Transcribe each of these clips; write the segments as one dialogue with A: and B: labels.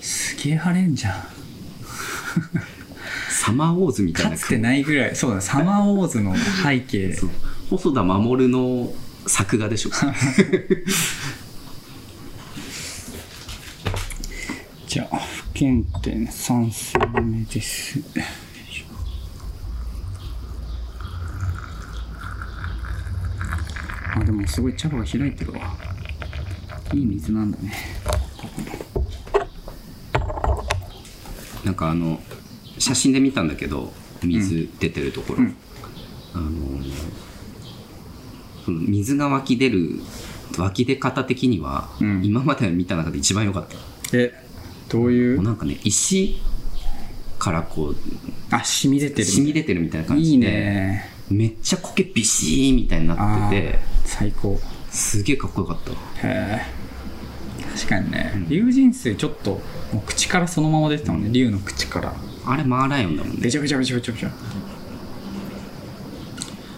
A: 消えはれんじゃん
B: サマーウォーズみたい
A: か
B: な
A: つてないぐらいそうだサマーウォーズの背景
B: そう細田守の作画でしょ
A: じゃあ不検点3戦目ですあでもすごい茶葉が開いてるわいい水なんだね
B: なんかあの写真で見たんだけど水出てるところ、
A: うん
B: あのその水が湧き出る湧き出方的には、
A: うん
B: 今まで見た中で一番良かった、
A: えどうい
B: もう
A: う
B: なんかね石からこう
A: あ染み出てる
B: 染み出てるみたいな感じで
A: いいね
B: めっちゃ苔ビシーみたいにな
A: あ
B: って
A: ー
B: て
A: 最高
B: すげえかっこよかった
A: へえ確かにね、龍神水ちょっともう口からそのまま出てたもんね龍の口から
B: あれマーライオンだもんね
A: べちゃべちゃべちゃべちゃべちゃ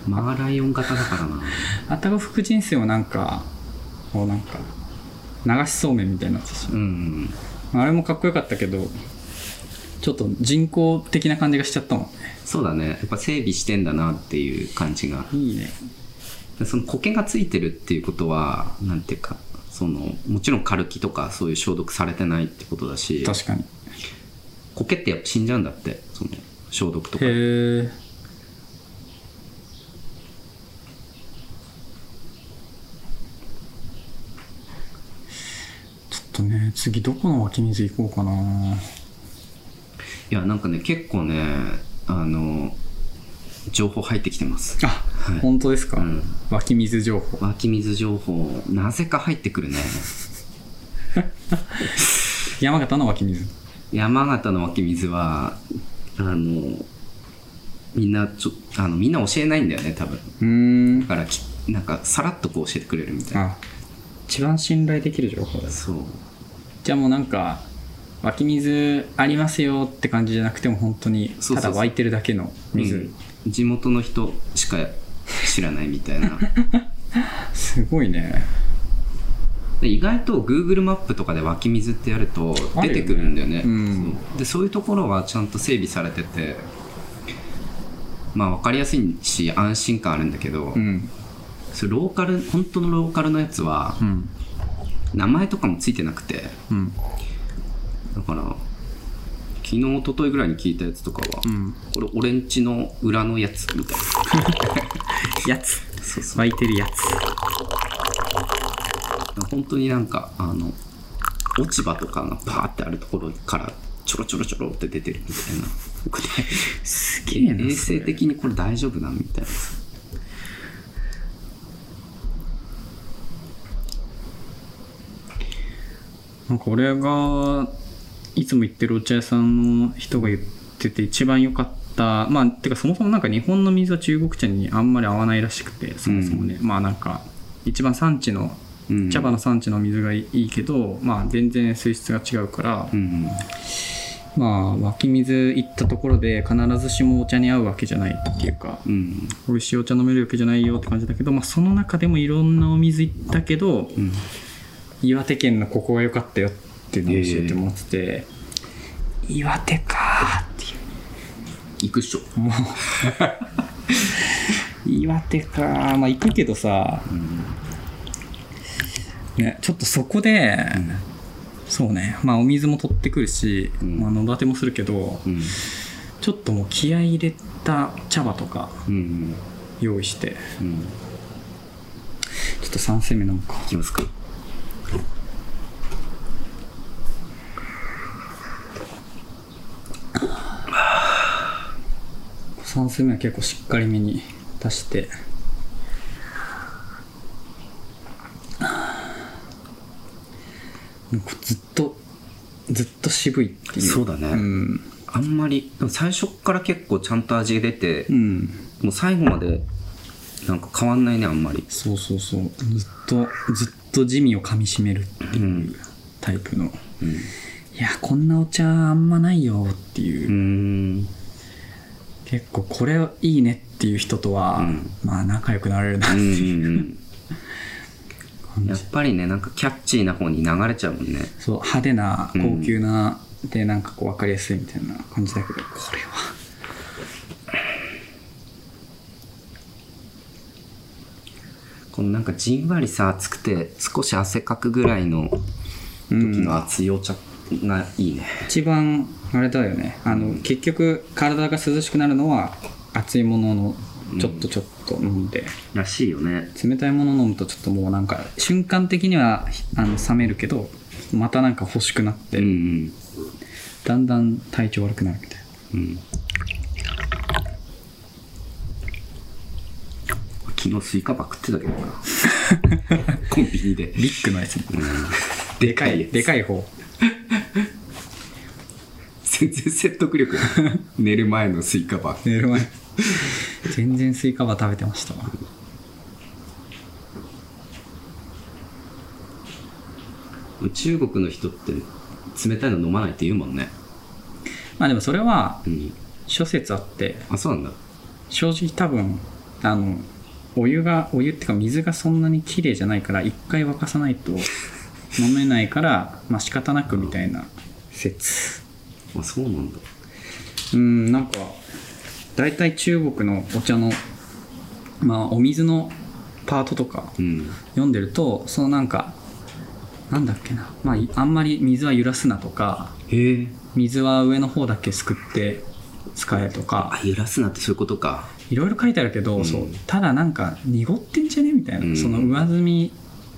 B: マーライオン型だからな
A: あたご福神水もなんかこうなんか流しそうめんみたいになってたし
B: うん
A: あれもかっこよかったけどちょっと人工的な感じがしちゃったもんね
B: そうだねやっぱ整備してんだなっていう感じが
A: いいね
B: でその苔がついてるっていうことはなんていうかそのもちろんカルキとかそういう消毒されてないってことだし
A: 確かに
B: 苔ってやっぱ死んじゃうんだってその消毒とか
A: へえちょっとね次どこの湧き水行こうかない
B: やなんかね結構ねあの情報入ってきてます
A: あ、
B: い
A: 本当ですか、
B: うん
A: 湧き水情報
B: 湧き水情報なぜか入ってくるね
A: 山形の湧き水
B: 山形の湧き水はあのみんなちょあのみんな教えないんだよね多分
A: うーん
B: だからきなんかさらっとこう教えてくれるみたいな
A: あ一番信頼できる情報です
B: そう
A: じゃあもうなんか湧き水ありますよって感じじゃなくても本当に
B: そう
A: た
B: そうそう
A: だ湧いてるだけの水
B: うん地元の人しか知らないみた いな
A: すごいね
B: で意外と Google マップとかで湧き水ってやると
A: ある
B: 出
A: よね
B: てくるんだよね
A: うん
B: そうでそういうところはちゃんと整備されててまあ分かりやすいし安心感あるんだけど、
A: うん
B: それローカル本当のローカルのやつは
A: うん
B: 名前とかもついてなくて
A: うん
B: だから昨日一昨日ぐらいに聞いたやつとかは、
A: ん
B: これ俺んちの裏のやつみたいな
A: やつ
B: そうそう
A: 湧いてるやつ
B: 本当になんかあの落ち葉とかがバーってあるところからちょろちょろちょろって出てるみたいな僕ね
A: す
B: 衛生的にこれ大丈夫なみたいな
A: なんか俺がいつも行ってるお茶屋さんの人が言ってて一番良かったまあてかそもそもなんか日本の水は中国茶にあんまり合わないらしくてそもそもね、まあなんか一番産地の
B: うん
A: 茶葉の産地の水がいいけど、まあ全然水質が違うから、
B: うん
A: まあ湧き水行ったところで必ずしもお茶に合うわけじゃないっていうか
B: うん
A: 美味しいお茶飲めるわけじゃないよって感じだけど、まあ、その中でもいろんなお水行ったけど、
B: うん
A: 岩手県のここが良かったよっていうのを教えてもらってて、岩手かーっていう
B: 行くっしょ
A: もう 岩手かーまあ行くけどさ、ね、ちょっとそこで、そうねまあお水も取ってくるし、
B: うん
A: まあ、野立てもするけど
B: うん
A: ちょっともう気合い入れた茶葉とか
B: うん
A: 用意して
B: うん
A: ちょっと3戦目飲むか
B: 行きますか
A: 3戦目は結構しっかりめに出してなんかずっとずっと渋いっていう
B: そうだね
A: うん、
B: あんまりでも最初っから結構ちゃんと味出て、
A: うん、
B: もう最後までなんか変わんないねあんまり
A: そうそうそうずっとずっと地味をかみしめるっていうタイプの、
B: うん
A: いやこんなお茶あんまないよっていう
B: うー、ん
A: 結構これいいねっていう人とは、
B: うん
A: まあ仲良くなれるな
B: う
A: って
B: ん
A: いう
B: うんうん
A: 感
B: や
A: じ
B: っぱりねなんかキャッチーな方に流れちゃうもんね
A: そう派手な高級なでなんかこう分かりやすいみたいな感じだけどこれは
B: このなんかじんわりさ暑くて少し汗かくぐらいの時の熱いお茶がいいね、
A: 一番あれだよねあの結局体が涼しくなるのは熱いもののちょっとちょっと飲んで、
B: らしいよね
A: 冷たいもの飲むとちょっともうなんか瞬間的にはあの冷めるけどまたなんか欲しくなって、
B: うんうん
A: だんだん体調悪くなるみたいな
B: うん昨日スイカばっか食ってたけどな コンビニで
A: ビッグのやつ
B: でかいやつ
A: でかい方
B: 全然説得力ない寝る前のスイカバー
A: 寝る前全然スイカバー食べてましたわ
B: 中国の人って冷たいの飲まないって言うもんね
A: まあでもそれは
B: うん
A: 諸説あって
B: あそうなんだ
A: 正直多分あのお湯がお湯っていうか水がそんなに綺麗じゃないから一回沸かさないと飲めないからまあ仕方なくみたいな説
B: あそうなんだ
A: うんなんか大体中国のお茶のまあお水のパートとか
B: うん
A: 読んでるとそのなんかなんだっけな、まあい、あんまり水は揺らすなとか
B: へえ
A: 水は上の方だけすくって使えとか
B: あ揺らすなってそういうことか
A: いろいろ書いてあるけど、
B: うん
A: そうただなんか濁ってんじゃねみたいな、
B: うん
A: その上積み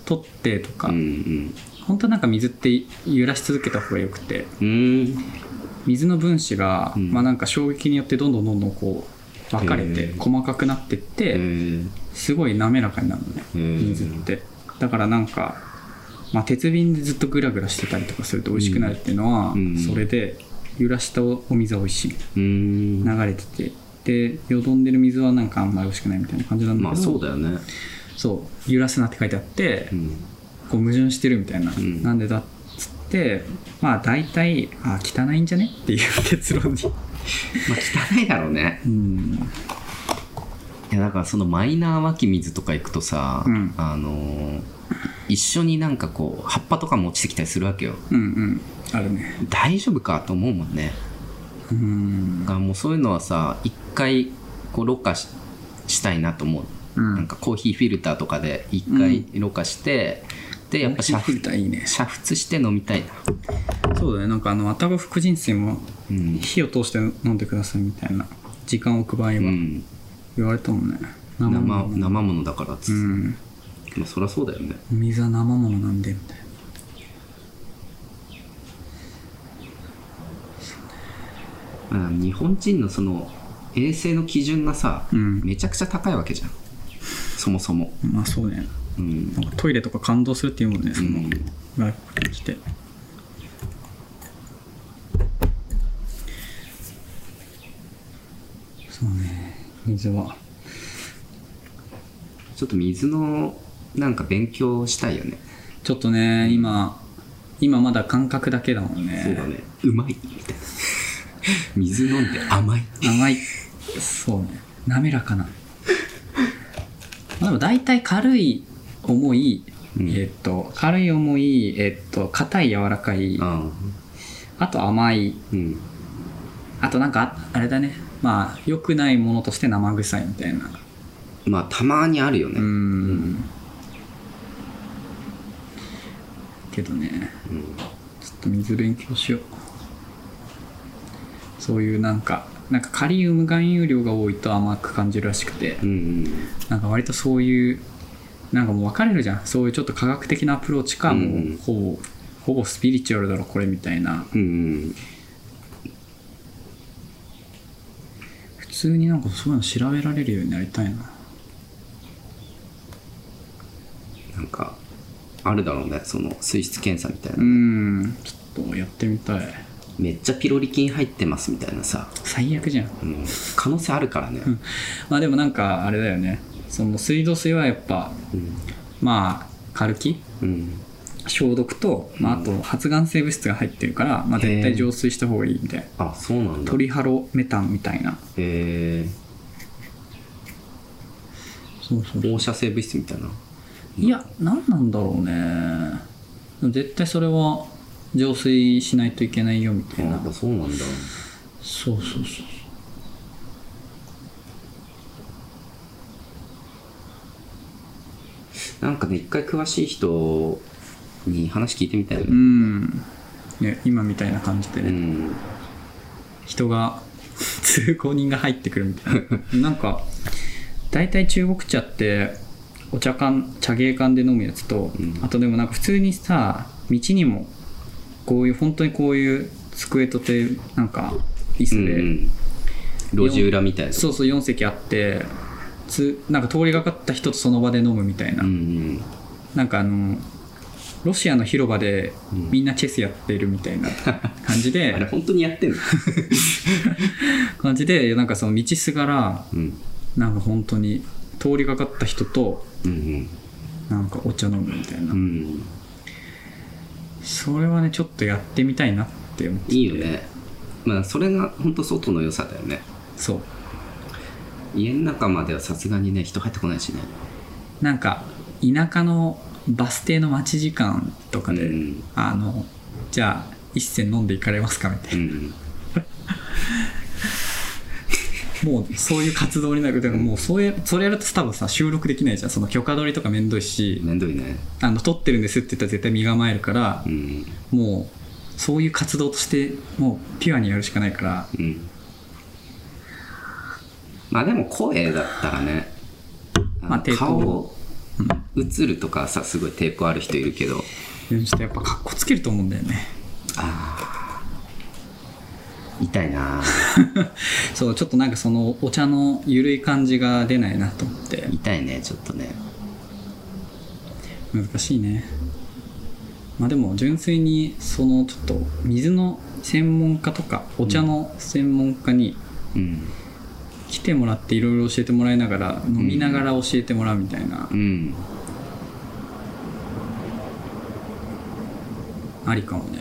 A: 取ってとか、
B: うんうん
A: 本当はなんか水って揺らし続けた方がよくて
B: うーん
A: 水の分子が、
B: うん
A: まあなんか衝撃によってどんどんどんどんこう分かれ
B: へ
A: て
B: ー
A: 細かくなってって、
B: へえ
A: すごい滑らかになるのね
B: へー
A: 水ってだからなんか、まあ、鉄瓶でずっとグラグラしてたりとかすると美味しくなるっていうのは、
B: うん
A: それで揺らしたお水は美味しいみたいな
B: うーん
A: 流れててでよどんでる水はなんかあんまり美味しくないみたいな感じなんだけど、
B: まあそうだよね
A: そう揺らすなって書いてあって、
B: うん
A: こう矛盾してるみたいな、
B: ん
A: なんでだっつってまあ大体あ汚いんじゃねっていう結論に、
B: まあ汚いだろうね
A: うん、
B: いやだからそのマイナー湧き水とか行くとさ、
A: うん
B: あのー一緒になんかこう葉っぱとかも落ちてきたりするわけよ
A: うんうんあるね
B: 大丈夫かと思うもんね
A: うん
B: だからもうそういうのはさ一回こうろ過ししたいなと思
A: う
B: う、
A: ん
B: なんかコーヒーフィルターとかで一回ろ過して、でやっぱ煮
A: シャフ
B: 沸
A: ルターいいね
B: 煮沸して飲みたいな
A: そうだねなんかあのあたご福神水も
B: うん、
A: 火を通して飲んでくださいみたいな時間を置く場合は
B: うん、
A: 言われたもんね、
B: 生
A: もの
B: 生物だからっ
A: う
B: つって、
A: ん
B: まあ、そりゃそうだよね
A: お水は生ものなんでみたいな
B: まあ日本人のその衛生の基準がさ、
A: うん
B: めちゃくちゃ高いわけじゃんそもそも、
A: まあそうね
B: うん、
A: なんかトイレとか感動するっていうもんねその、
B: うん
A: 外国に来てそうね水は
B: ちょっと水のなんか勉強したいよね、
A: ちょっとね今今まだ感覚だけだもんね
B: そうだねうまいみたいな水飲んで甘い
A: 甘いそうね滑らかなまあでも大体軽い重い、
B: うん
A: えっと軽い重いえっと硬い柔らかい
B: あ
A: あと甘い
B: うん
A: あとなんかああれだねまあ良くないものとして生臭いみたいな
B: まあたまにあるよ
A: う
B: ね、
A: ーんけどね
B: うん
A: ちょっと水勉強しようそういうなんかなんかカリウム含有量が多いと甘く感じるらしくて
B: うんうん
A: なんか割とそういうなんかもう分かれるじゃんそういうちょっと科学的なアプローチか
B: うん
A: もうほぼほぼスピリチュアルだろこれみたいな
B: うんうん
A: 普通になんかそういうの調べられるようになりたいな
B: なんかあるだろうねその水質検査みたいうな、
A: んちょっとやってみたい
B: めっちゃピロリ菌入ってますみたいなさ、
A: 最悪じゃん
B: うん、可能性あるからね、
A: まあでもなんかあれだよねその水道水はやっぱ
B: うん
A: まあ軽き
B: うん
A: 消毒と、まあ、あと発がん性物質が入ってるから、まあ、
B: へ
A: 絶
B: ー
A: 対浄水した方がいいみたいな
B: あそうなんだ
A: トリハロメタンみたいな
B: え
A: そうそ
B: ー、放射性物質みたいない
A: や何なんだろうねでも絶対それは浄水しないといけないよみたい
B: や
A: な
B: っぱそうなんだ
A: そうそうそうそう
B: なんかね一回詳しい人に話聞いてみたいよ
A: う
B: ね
A: んね今みたいな感じで、
B: う
A: ね
B: ん
A: 人が 通行人が入ってくるみたいななんか大体中国茶ってお茶缶茶芸缶で飲むやつと、
B: うん
A: あとでもなんか普通にさ道にもこういう本当にこういう机とてなんか椅
B: うん
A: 子
B: う
A: で、
B: ん路地裏みたいな
A: そうそう4席あってつなんか通りがかった人とその場で飲むみたいな、
B: うんうん
A: なんかあのロシアの広場で
B: うん
A: みんなチェスやってるみたい な感じ
B: あ
A: で、
B: れ本当にやってんの
A: 感じでなんかその道すがら
B: うん
A: なんか本当に通りがかった人と
B: うん
A: なんかお茶飲むみたいな、
B: うんうん
A: それはねちょっとやってみたいなって思って
B: いいよねまあそれが本当外の良さだよね
A: そう
B: 家の中まではさすがにね人入ってこないしね
A: なんか田舎のバス停の待ち時間とかで、
B: うん
A: あのじゃあ一銭飲んでいかれますかみたいうな、
B: ん
A: もうそういう活動になるだからもうそうやそれやると多分さ収録できないじゃんその許可取りとかめんどいし
B: めんどいね
A: あの撮ってるんですって言ったら絶対身構えるから
B: う、ん
A: もうそういう活動としてもうピュアにやるしかないから
B: うんまあでも声だったらねあの
A: まあ抵抗
B: 顔映るとかさすごい抵抗ある人いるけど
A: でもちょっとやっぱかっこつけると思うんだよね
B: 痛いな
A: そうちょっとなんかそのお茶のゆるい感じが出ないなと思って
B: 痛いねちょっとね
A: 難しいねまあでも純粋にそのちょっと水の専門家とかお茶の専門家に
B: うん
A: 来てもらっていろいろ教えてもらいながら飲みながら教えてもらうみたいな
B: うん
A: ありかもね